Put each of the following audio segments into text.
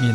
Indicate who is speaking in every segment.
Speaker 1: 面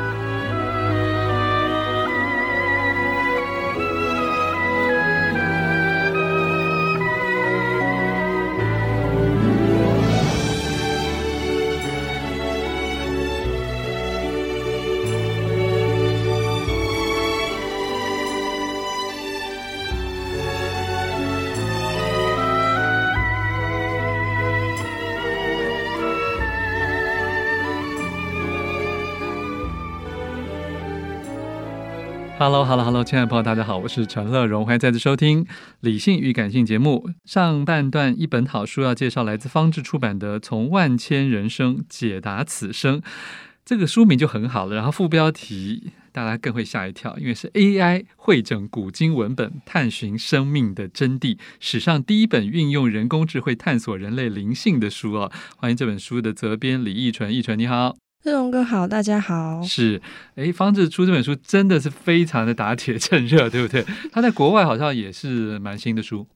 Speaker 1: Hello，Hello，Hello，hello, hello, 亲爱的朋友，大家好，我是陈乐荣，欢迎再次收听《理性与感性》节目。上半段一本好书要介绍来自方志出版的《从万千人生解答此生》，这个书名就很好了，然后副标题大家更会吓一跳，因为是 AI 汇整古今文本，探寻生命的真谛，史上第一本运用人工智慧探索人类灵性的书哦。欢迎这本书的责编李义纯，义纯你好。
Speaker 2: 日荣哥好，大家好。
Speaker 1: 是，哎，方志出这本书真的是非常的打铁趁热， 对不对？他在国外好像也是蛮新的书。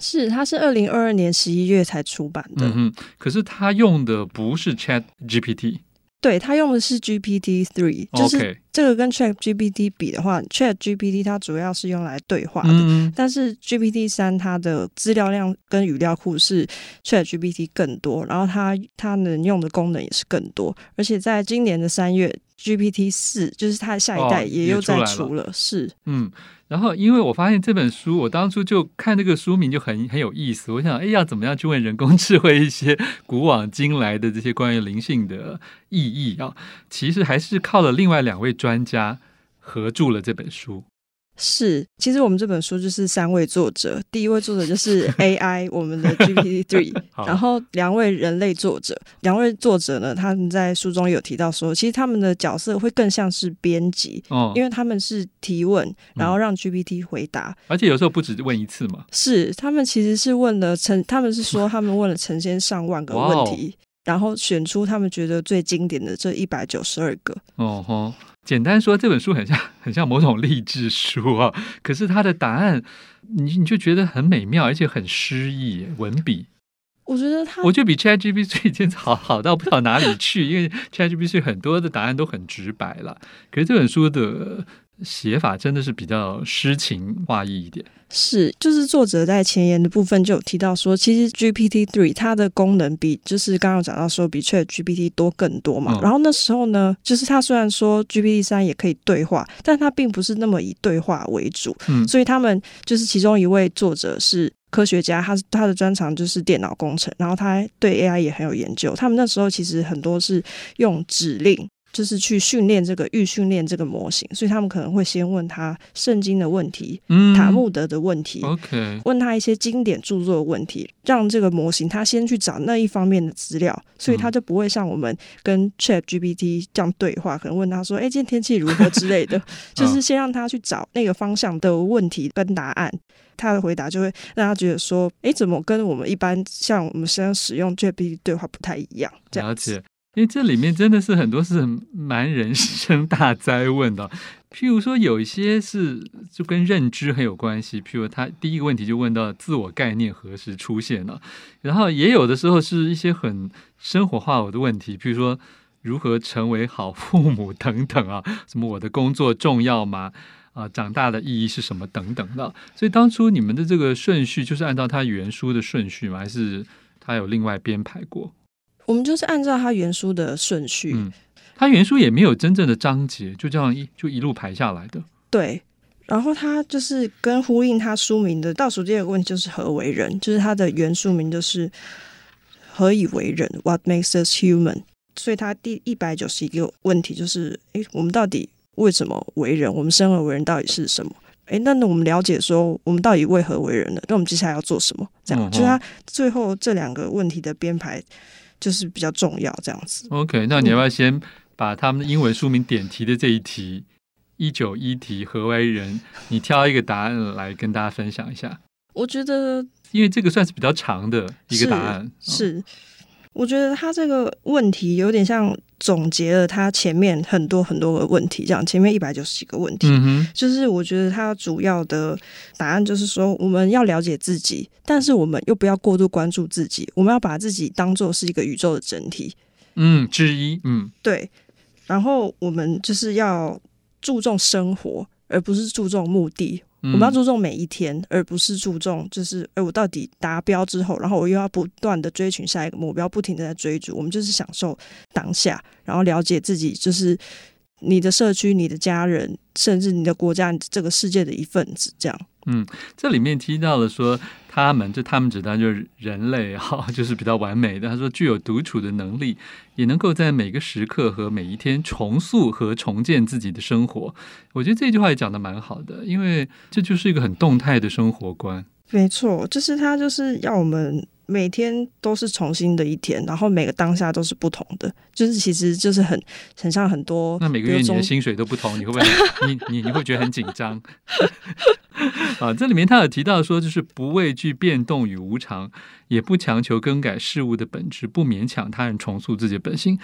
Speaker 2: 是，它是二零二二年十一月才出版的。
Speaker 1: 嗯可是他用的不是 Chat GPT，
Speaker 2: 对他用的是 GPT Three，就是这个跟 Chat GPT 比的话，Chat GPT 它主要是用来啊对话的，
Speaker 1: 嗯
Speaker 2: 但是 GPT 三它的资料量跟语料库是 Chat GPT 更多，然后它它能用的功能也是更多，而且在今年的三月。GPT 四就是它下一代也又在
Speaker 1: 出
Speaker 2: 了，哦、是
Speaker 1: 嗯，然后因为我发现这本书，我当初就看这个书名就很很有意思，我想哎要怎么样去问人工智慧一些古往今来的这些关于灵性的意义啊、哦，其实还是靠了另外两位专家合著了这本书。
Speaker 2: 是，其实我们这本书就是三位作者，第一位作者就是 AI 我们的 GPT Three，然后两位人类作者，两位作者呢，他们在书中有提到说，其实他们的角色会更像是编辑，
Speaker 1: 哦、嗯
Speaker 2: 因为他们是提问，然后让 GPT 回答，嗯、
Speaker 1: 而且有时候不止问一次嘛。
Speaker 2: 是，他们其实是问了成，他们是说他们问了成千上万个问题。
Speaker 1: 哦
Speaker 2: 然后选出他们觉得最经典的这一百九十二个。
Speaker 1: 哦吼，简单说，这本书很像很像某种励志书啊，可是它的答案，你你就觉得很美妙，而且很诗意，文笔。
Speaker 2: 我觉得它，
Speaker 1: 我觉得比 ChatGPT 已经好好到不知道哪里去，因为 ChatGPT 很多的答案都很直白了，可是这本书的。写法真的是比较诗情画意一点，
Speaker 2: 是，就是作者在前言的部分就有提到说，其实 GPT Three 它的功能比就是刚刚讲到说比 Chat GPT 多更多嘛。嗯、然后那时候呢，就是它虽然说 GPT 三也可以对话，但它并不是那么以对话为主，
Speaker 1: 嗯，
Speaker 2: 所以他们就是其中一位作者是。科学家，他他的专长就是电脑工程，然后他对 AI 也很有研究。他们那时候其实很多是用指令。就是去训练这个预训练这个模型，所以他们可能会先问他圣经的问题，
Speaker 1: 嗯，哦
Speaker 2: 塔木德的问题
Speaker 1: ，OK，
Speaker 2: 问他一些经典著作的问题，让这个模型他先去找那一方面的资料，
Speaker 1: 嗯
Speaker 2: 所以他就不会像我们跟 Chat GPT 这样对话，可能问他说：“哎、欸，今天天气如何之类 的。”
Speaker 1: 嗯
Speaker 2: 就是先让他去找那个方向的问题跟答案，他的回答就会让他觉得说：“哎、欸，怎么跟我们一般像我们现在使用 Chat GPT 对话不太一样？”这样
Speaker 1: 子。因为这里面真的是很多是蛮人生大灾问的，譬如说有一些是就跟认知很有关系，譬如他第一个问题就问到自我概念何时出现了，然后也有的时候是一些很生活化的问题，譬如说如何成为好父母等等啊，什么我的工作重要吗？啊，长大的意义是什么等等的，所以当初你们的这个顺序就是按照他原书的顺序吗？还是他有另外编排过？
Speaker 2: 我们就是按照他原书的顺序，
Speaker 1: 嗯，他原书也没有真正的章节，就这样一就一路排下来的。
Speaker 2: 对，然后他就是跟呼应他书名的倒数第二个问题就是何为人，就是他的原书名就是何以为人，What makes us human。所以它第一百九十一个问题就是：诶，我们到底为什么为人？我们生而为人到底是什么？诶，那那我们了解说我们到底为何为人了？那我们接下来要做什么？这样，
Speaker 1: 嗯哼
Speaker 2: 就是它最后这两个问题的编排就是比较重要，这样子。
Speaker 1: OK，那你要不要先把他们的英文书名点题的这一题一九一题何为人，你挑一个答案来跟大家分享一下？
Speaker 2: 我觉得
Speaker 1: 因为这个算是比较长的一个答案，嗯
Speaker 2: 是，我觉得他这个问题有点像总结了他前面很多很多个问题，这样前面一百九十几个问题。
Speaker 1: 嗯哼，
Speaker 2: 就是我觉得他主要的答案就是说，我们要了解自己，但是我们又不要过度关注自己，我们要把自己当做是一个宇宙的整体，
Speaker 1: 嗯，之一，嗯
Speaker 2: 对。然后我们就是要注重生活，而不是注重目的，
Speaker 1: 嗯，
Speaker 2: 我们要注重每一天，而不是注重就是，哎、我到底达标之后，然后我又要不断的追寻下一个目标，不停的在追逐。我们就是享受当下，然后了解自己，就是你的社区、你的家人，甚至你的国家、你这个世界的一份子。这样，
Speaker 1: 这里面提到了说，他们就他们指的就是人类哈、就是比较完美的。他说具有独处的能力，也能够在每个时刻和每一天重塑和重建自己的生活。我觉得这句话也讲的蛮好的，因为这就是一个很动态的生活观。
Speaker 2: 没错，就是它就是要我们每天都是重新的一天，然后每个当下都是不同的，就是其实就是很很像很多
Speaker 1: 那每个
Speaker 2: 比
Speaker 1: 月
Speaker 2: 如
Speaker 1: 你的
Speaker 2: 中
Speaker 1: 薪水都不同，你会不会你你你会觉得很紧张？ 啊，这里面他有提到说，就是不畏惧变动与无常，也不强求更改事物的本质，不勉强他人重塑自己的本性。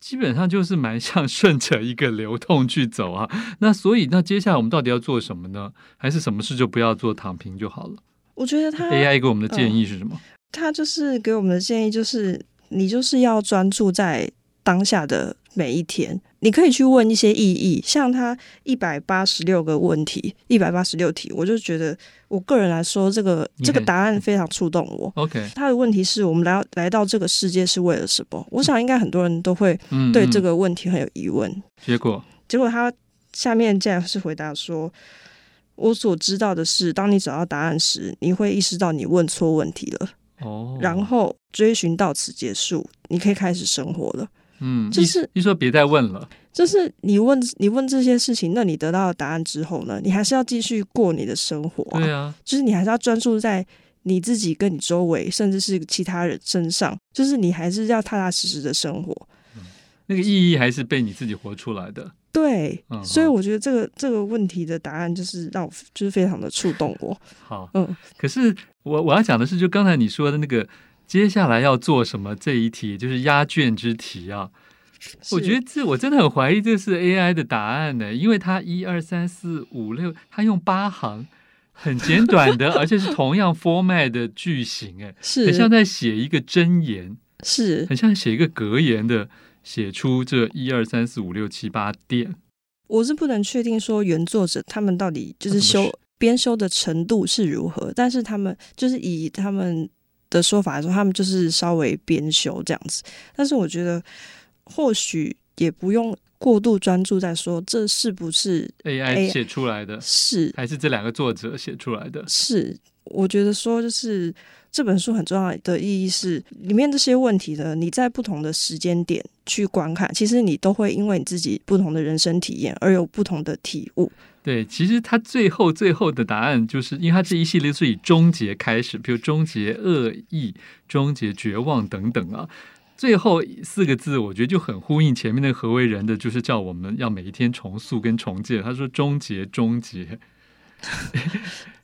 Speaker 1: 基本上就是蛮像顺着一个流动去走啊。那所以，那接下来我们到底要做什么呢？还是什么事就不要做，躺平就 好了
Speaker 2: 我觉得它
Speaker 1: ？AI 给我们的建议是什么？
Speaker 2: 他就是给我们的建议就是，你就是要专注在当下的每一天。你可以去问一些意义，像他一百八十六个问题，一百八十六题，我就觉得我个人来说，这个
Speaker 1: 你
Speaker 2: 这
Speaker 1: 很
Speaker 2: 个答案非常触动我。
Speaker 1: OK，
Speaker 2: 他的问题是我们来来到这个世界是为了什么？我想应该很多人都会
Speaker 1: 嗯，
Speaker 2: 对这
Speaker 1: 嗯
Speaker 2: 个问题很有疑问。
Speaker 1: 结果，
Speaker 2: 结果他下面竟然是回答说：“我所知道的是，当你找到答案时，你会意识到你问错问题了。”
Speaker 1: 哦，
Speaker 2: 然后追寻到此结束，你可以开始生活了。
Speaker 1: 嗯，
Speaker 2: 就
Speaker 1: 一
Speaker 2: 是
Speaker 1: 一说别再问了，
Speaker 2: 就是你问你问这些事情，那你得到的答案之后呢，你还是要继续过你的生活、
Speaker 1: 对啊，
Speaker 2: 就是你还是要专注在你自己跟你周围，甚至是其他人身上，就是你还是要踏踏实实的生活。
Speaker 1: 那个意义还是被你自己活出来的。
Speaker 2: 对，
Speaker 1: 嗯
Speaker 2: 所以我觉得这个这个问题的答案就是让我就是非常的触动我。
Speaker 1: 好，
Speaker 2: 嗯，
Speaker 1: 可是我我要讲的是，就刚才你说的那个，接下来要做什么这一题，也就是压卷之题啊。我
Speaker 2: 是
Speaker 1: 觉得这我真的很怀疑这是 AI 的答案呢，因为它一二三四五六，它用八行。很简短的，而且是同样 format 的句型，哎，很像在写一个箴言，
Speaker 2: 是
Speaker 1: 很像写一个格言的，写出这一二三四五六七八点。
Speaker 2: 我是不能确定说原作者他们到底就
Speaker 1: 那
Speaker 2: 是
Speaker 1: 怎么
Speaker 2: 修编修的程度是如何，但是他们就是以他们的说法来说，他们就是稍微编修这样子。但是我觉得或许也不用过度专注在说这是不是
Speaker 1: AI 写出来的，
Speaker 2: 是
Speaker 1: 还是这两个作者写出来的？
Speaker 2: 是，我觉得说就是这本书很重要的意义是，里面这些问题呢，你在不同的时间点去观看，其实你都会因为你自己不同的人生体验而有不同的体悟。
Speaker 1: 对，其实它最后最后的答案，就是因为它这一系列是以终结开始，比如终结恶意、终结绝望等等啊。最后四个字，我觉得就很呼应前面那个何为人的，就是叫我们要每一天重塑跟重建。他说终结，终结，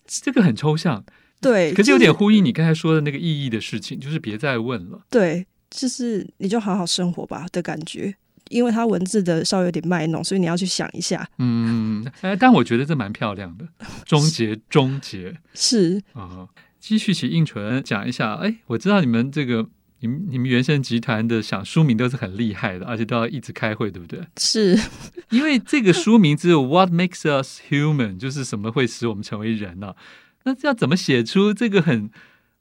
Speaker 1: 这个很抽象，
Speaker 2: 对，
Speaker 1: 可是
Speaker 2: 就
Speaker 1: 有点呼应你刚才说的那个意义的事情，就是别再问了。
Speaker 2: 对，就是你就好好生活吧的感觉。因为它文字的稍微有点卖弄，所以你要去想一下。
Speaker 1: 嗯，哎，但我觉得这蛮漂亮的，终结，终结。
Speaker 2: 是
Speaker 1: 啊、继续请应纯讲一下。哎，我知道你们这个，你们你们原生集团的想书名都是很厉害的，而且都要一直开会，对不对？
Speaker 2: 是，
Speaker 1: 因为这个书名只有 “What makes us human”，就是什么会使我们成为人啊？那这要怎么写出这个很？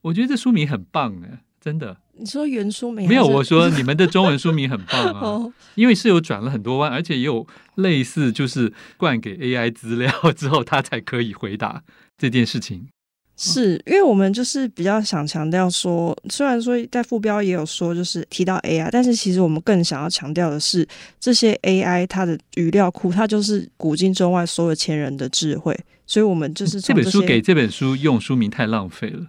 Speaker 1: 我觉得这书名很棒哎，真的
Speaker 2: 你说原书没啊
Speaker 1: 没有。我 说你们的中文书名很棒啊，
Speaker 2: 哎哦，
Speaker 1: 因为是有转了很多弯，而且也有类似就是灌给 AI 资料之后，它才可以回答这件事情。
Speaker 2: 是因为我们就是比较想强调说，虽然说在副标也有说，就是提到 AI，但是其实我们更想要强调的是，这些 AI 它的语料库，它就是古今中外所有前人的智慧。所以我们就是
Speaker 1: 嗯这
Speaker 2: 从
Speaker 1: 本
Speaker 2: 些
Speaker 1: 书给这本书用书名太浪费了，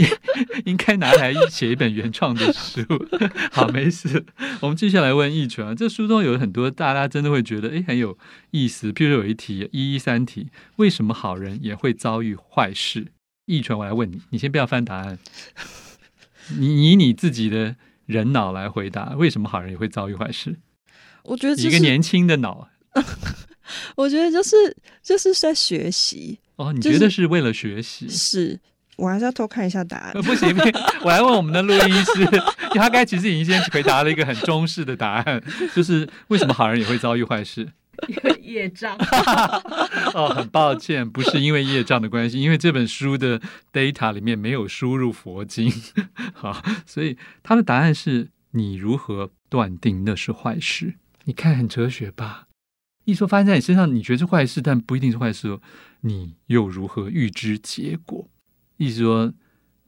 Speaker 1: 应该拿来写一本原创的书。 好，没事，我们继续来问易纯啊。这书中有很多大家真的会觉得诶很有意思，譬如有一题一一三题，为什么好人也会遭遇坏事？易纯，我来问你，你先不要翻答案，你以你自己的人脑来回答，为什么好人也会遭遇坏事？
Speaker 2: 我觉得
Speaker 1: 一
Speaker 2: 就
Speaker 1: 个
Speaker 2: 是，
Speaker 1: 年轻的脑
Speaker 2: 我觉得就是就是在学习，
Speaker 1: 哦，你
Speaker 2: 就
Speaker 1: 觉得
Speaker 2: 是
Speaker 1: 是为了学习？
Speaker 2: 是我还是要偷看一下答案
Speaker 1: 呃。不行，不行我来问我们的录音师， 因为他刚才其实已经先回答了一个很中式的答案，就是为什么好人也会遭遇坏事？
Speaker 3: 业障。
Speaker 1: 哦，很抱歉，不是因为业障的关系，因为这本书的 data 里面没有输入佛经， 好，所以他的答案是你如何断定那是坏事？你看很哲学吧？一说发生在你身上，你觉得是坏事，但不一定是坏事哦，你又如何预知结果？意思说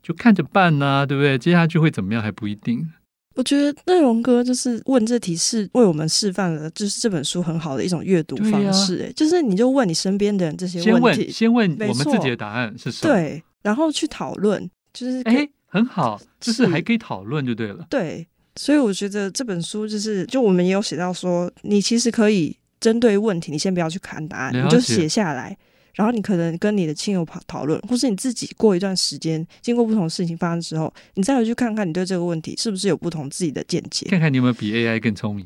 Speaker 1: 就看着办呐、对不对？接下去会怎么样还不一定。
Speaker 2: 我觉得内容哥就是问这题是为我们示范了，就是这本书很好的一种阅读
Speaker 1: 对呀
Speaker 2: 方式、哎、就是你就问你身边的人这些
Speaker 1: 先
Speaker 2: 问
Speaker 1: 问，
Speaker 2: 题，
Speaker 1: 先问
Speaker 2: 没
Speaker 1: 我们自己
Speaker 2: 错
Speaker 1: 的答案是什么？，
Speaker 2: 对，然后去讨论，就是
Speaker 1: 哎，很好，就是
Speaker 2: 是
Speaker 1: 还可以讨论就对了。
Speaker 2: 对，所以我觉得这本书就是，就我们也有写到说，你其实可以针对问题，你先不要去看答案，
Speaker 1: 了
Speaker 2: 你就
Speaker 1: 解
Speaker 2: 写下来。然后你可能跟你的亲友讨讨论，或是你自己过一段时间，经过不同的事情发生之后，你再回去看看你对这个问题是不是有不同自己的见解。
Speaker 1: 看看你有没有比 AI 更聪明。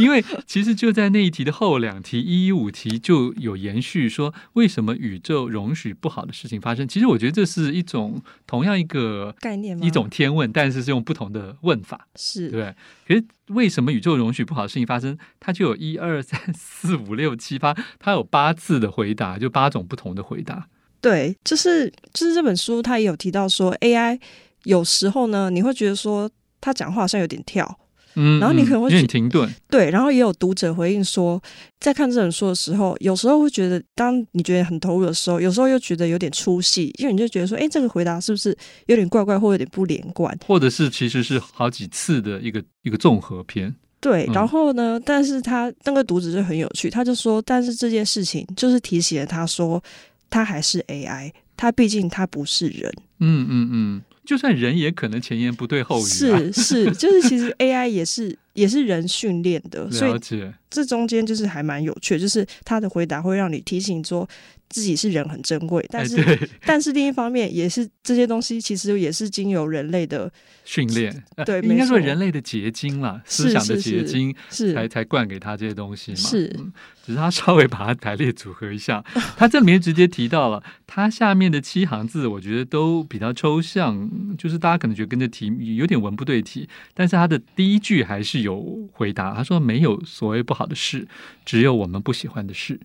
Speaker 1: 因为其实就在那一题的后两题，一一五题就有延续说，为什么宇宙容许不好的事情发生？其实我觉得这是一种同样一个
Speaker 2: 概念吗？
Speaker 1: 一种天问，但是是用不同的问法，对不
Speaker 2: 是
Speaker 1: 对？可是为什么宇宙容许不好的事情发生？它就有一二三四五六七八，它有八次的回答，就八种不同的回答。
Speaker 2: 对，就是就是这本书它也有提到说，AI 有时候呢，你会觉得说他讲话好像有点跳，
Speaker 1: 嗯，
Speaker 2: 然后你可能
Speaker 1: 嗯有
Speaker 2: 会
Speaker 1: 点
Speaker 2: 去
Speaker 1: 停顿，
Speaker 2: 对，然后也有读者回应说，在看这本书的时候，有时候会觉得，当你觉得很投入的时候，有时候又觉得有点出戏，因为你就觉得说，哎，这个回答是不是有点怪怪，或有点不连贯？
Speaker 1: 或者是其实是好几次的一个一个综合篇。
Speaker 2: 对，
Speaker 1: 嗯
Speaker 2: 然后呢，但是他那个读者就很有趣，他就说，但是这件事情就是提醒了他说，他还是 AI，他毕竟他不是人，
Speaker 1: 嗯嗯嗯，就算人也可能前言不对后语、啊，
Speaker 2: 是是，就是其实 AI 也是也是人训练的，所以
Speaker 1: 了解。
Speaker 2: 这中间就是还蛮有趣的，就是他的回答会让你提醒说自己是人很珍贵，但
Speaker 1: 哎，
Speaker 2: 是、
Speaker 1: 对，
Speaker 2: 但是另一方面也是这些东西其实也是经由人类的，
Speaker 1: 训练，呃
Speaker 2: 对
Speaker 1: 应该说
Speaker 2: 没错
Speaker 1: 人类的结晶啦，思
Speaker 2: 是
Speaker 1: 想的
Speaker 2: 是
Speaker 1: 结
Speaker 2: 是
Speaker 1: 晶，才
Speaker 2: 是
Speaker 1: 才灌给他这些东西嘛。
Speaker 2: 是
Speaker 1: 嗯只是他稍微把它排列组合一下，他这里面直接提到了，他下面的七行字，我觉得都比较抽象，就是大家可能觉得跟着题有点文不对题，但是他的第一句还是有回答，他说没有所谓不好的事，只有我们不喜欢的事。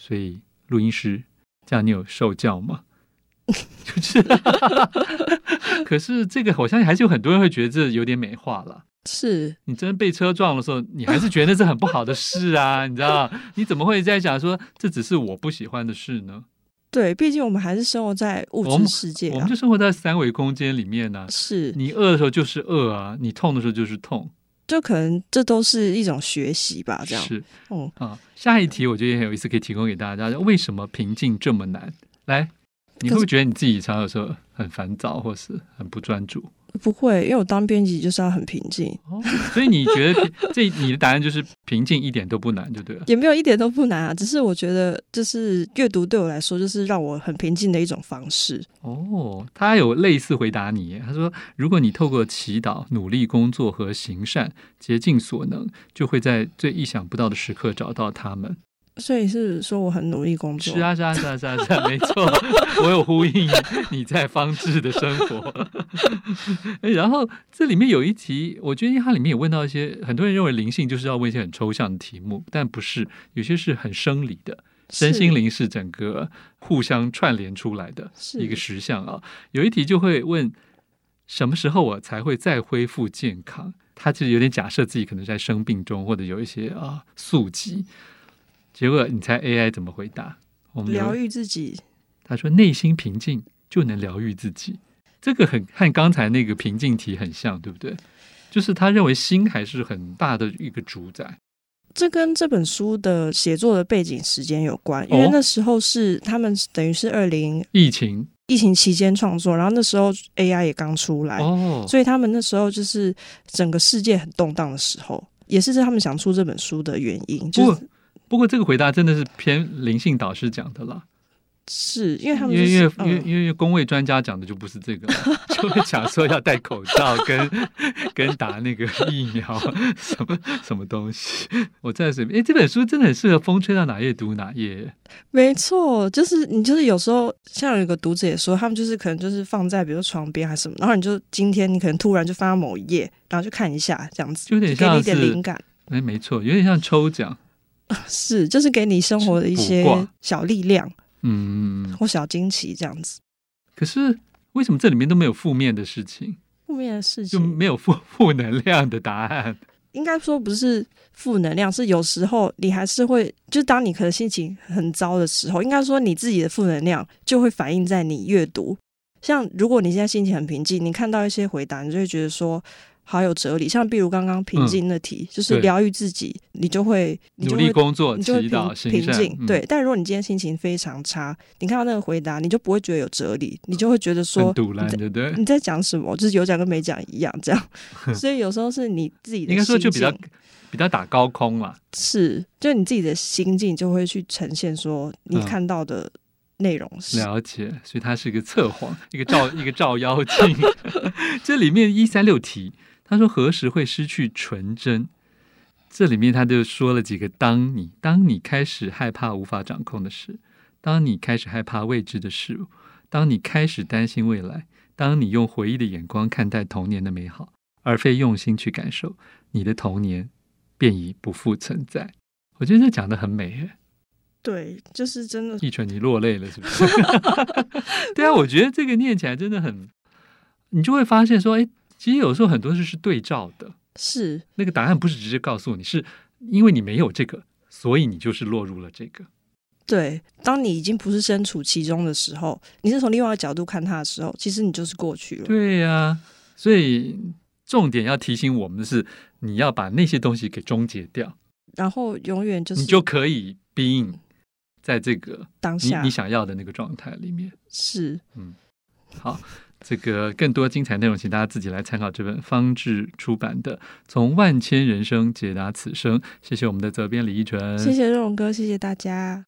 Speaker 1: 所以录音师，这样你有受教吗？ 就是， 可是这个我相信还是有很多人会觉得这有点美化了。
Speaker 2: 是
Speaker 1: 你真被车撞的时候，你还是觉得那是很不好的事 啊，你知道？你怎么会在想说这只是我不喜欢的事呢？
Speaker 2: 对，毕竟我们还是生活在物
Speaker 1: 我们
Speaker 2: 质世界
Speaker 1: 我
Speaker 2: 啊
Speaker 1: 们就，生活在三维空间里面呢、啊
Speaker 2: 是
Speaker 1: 你饿的时候就是饿啊，你痛的时候就是痛，
Speaker 2: 就可能这都是一种学习吧，这样，
Speaker 1: 是
Speaker 2: 哦、
Speaker 1: 啊。下一题我觉得也很有意思，可以提供给大家。为什么平静这么难？来，你会不
Speaker 2: 可
Speaker 1: 会
Speaker 2: 是
Speaker 1: 觉得你自己常有时候很烦躁，或是很不专注？
Speaker 2: 不会，因为我当编辑就是要很平静，
Speaker 1: 哦，所以你觉得这你的答案就是平静一点都不难，就对了。
Speaker 2: 也没有一点都不难啊，只是我觉得就是阅读对我来说就是让我很平静的一种方式，
Speaker 1: 哦，他有类似回答你耶，他说：“如果你透过祈祷、努力工作和行善，竭尽所能，就会在最意想不到的时刻找到他们。
Speaker 2: 所以是说我很努力工”作，
Speaker 1: 是啊，是啊，是啊，是啊，是啊，没错，我有呼应你在方志的生活。 哎，然后这里面有一题，我觉得它里面也问到一些，很多人认为灵性就是要问一些很抽象的题目，但不是，有些是很生理的，身
Speaker 2: 是
Speaker 1: 心灵是整个互相串联出来的。
Speaker 2: 是
Speaker 1: 一个实相啊。有一题就会问，什么时候我才会再恢复健康？他其实有点假设自己可能在生病中，或者有一些啊宿疾。结果你猜 AI 怎么回答？我们
Speaker 2: 疗
Speaker 1: 有
Speaker 2: 愈自己
Speaker 1: 他说内心平静就能疗愈自己，这个很和刚才那个平静题很像，对不对？就是他认为心还是很大的一个主宰。
Speaker 2: 这跟这本书的写作的背景时间有关，因为
Speaker 1: 哦
Speaker 2: 那时候是他们等于是二零
Speaker 1: 疫情
Speaker 2: 疫情期间创作，然后那时候 AI 也刚出来，
Speaker 1: 哦，
Speaker 2: 所以他们那时候就是整个世界很动荡的时候，也是他们想出这本书的原因，
Speaker 1: 不
Speaker 2: 就
Speaker 1: 过不过这个回答真的是偏灵性导师讲的啦，
Speaker 2: 是因为他
Speaker 1: 因
Speaker 2: 们、就
Speaker 1: 为
Speaker 2: 是、
Speaker 1: 因为因
Speaker 2: 嗯
Speaker 1: 为因为工位专家讲的就不是这个啦， 就会讲说要戴口罩跟 跟打那个疫苗 什么什么东西。我再随便，哎，这本书真的很适合风吹到哪页读哪页，
Speaker 2: 没错，就是你就是有时候像有一个读者也说，他们就是可能就是放在比如床边还是什么，然后你就今天你可能突然就翻到某一页，然后就看一下这样子，
Speaker 1: 就有点
Speaker 2: 给你一
Speaker 1: 像
Speaker 2: 点灵
Speaker 1: 是
Speaker 2: 感，
Speaker 1: 哎，没错，有点像抽奖，
Speaker 2: 是就是给你生活的一些
Speaker 1: 卜卦
Speaker 2: 小力量
Speaker 1: 嗯。
Speaker 2: 或小惊奇这样子。
Speaker 1: 可是为什么这里面都没有负面的事情，
Speaker 2: 负面的事
Speaker 1: 就
Speaker 2: 情
Speaker 1: 没有负 负能量的答案？
Speaker 2: 应该说不是负能量，是有时候你还是会，就是当你可能心情很糟的时候，应该说你自己的负能量就会反映在你阅读。像如果你现在心情很平静，你看到一些回答，你就会觉得说好有哲理。像比如刚刚平静的题，就是
Speaker 1: 嗯对
Speaker 2: 疗愈自己，你就会你
Speaker 1: 努
Speaker 2: 就
Speaker 1: 力
Speaker 2: 会
Speaker 1: 工作，
Speaker 2: 你
Speaker 1: 祈
Speaker 2: 就会
Speaker 1: 祷
Speaker 2: 平
Speaker 1: 行
Speaker 2: 平
Speaker 1: 善
Speaker 2: 静。，对
Speaker 1: 嗯，
Speaker 2: 但如果你今天心情非常差，你看到那个回答，你就不会觉得有哲理，你就会觉得说
Speaker 1: 很堵
Speaker 2: 你
Speaker 1: 烂，
Speaker 2: 在
Speaker 1: 对不对？
Speaker 2: 你在讲什么，就是有讲跟没讲一样这样。所以有时候是你自己的
Speaker 1: 应该说就比
Speaker 2: 心
Speaker 1: 较
Speaker 2: 境
Speaker 1: 比较打高空嘛，
Speaker 2: 是，就你自己的心境就会去呈现说你
Speaker 1: 嗯
Speaker 2: 看到的内容是、
Speaker 1: 了解，所以它是一个测谎，一个照一个照妖镜。这里面一三六题，他说何时会失去纯真？这里面他就说了几个：当你当你开始害怕无法掌控的事，当你开始害怕未知的事，当你开始担心未来，当你用回忆的眼光看待童年的美好，而非用心去感受，你的童年便已不复存在。我觉得这讲的很美耶。
Speaker 2: 对，就是真 的
Speaker 1: 一纯，你落泪了是不是？ 对啊，我觉得这个念起来真的很，你就会发现说，哎，其实有时候很多事是对照的，
Speaker 2: 是
Speaker 1: 那个答案不是直接告诉你，是因为你没有这个，所以你就是落入了这个。
Speaker 2: 对。当你已经不是身处其中的时候，你是从另外一个角度看它的时候，其实你就是过去了。
Speaker 1: 对呀、所以重点要提醒我们的是，你要把那些东西给终结掉，
Speaker 2: 然后永远就是
Speaker 1: 你就可以 being 在这个
Speaker 2: 当
Speaker 1: 你
Speaker 2: 下
Speaker 1: 你想要的那个状态里面。
Speaker 2: 是
Speaker 1: 好，这个更多精彩内容，请大家自己来参考这本方志出版的《从万千人生解答此生》。谢谢我们的责编李一纯，
Speaker 2: 谢谢肉荣哥，谢谢大家。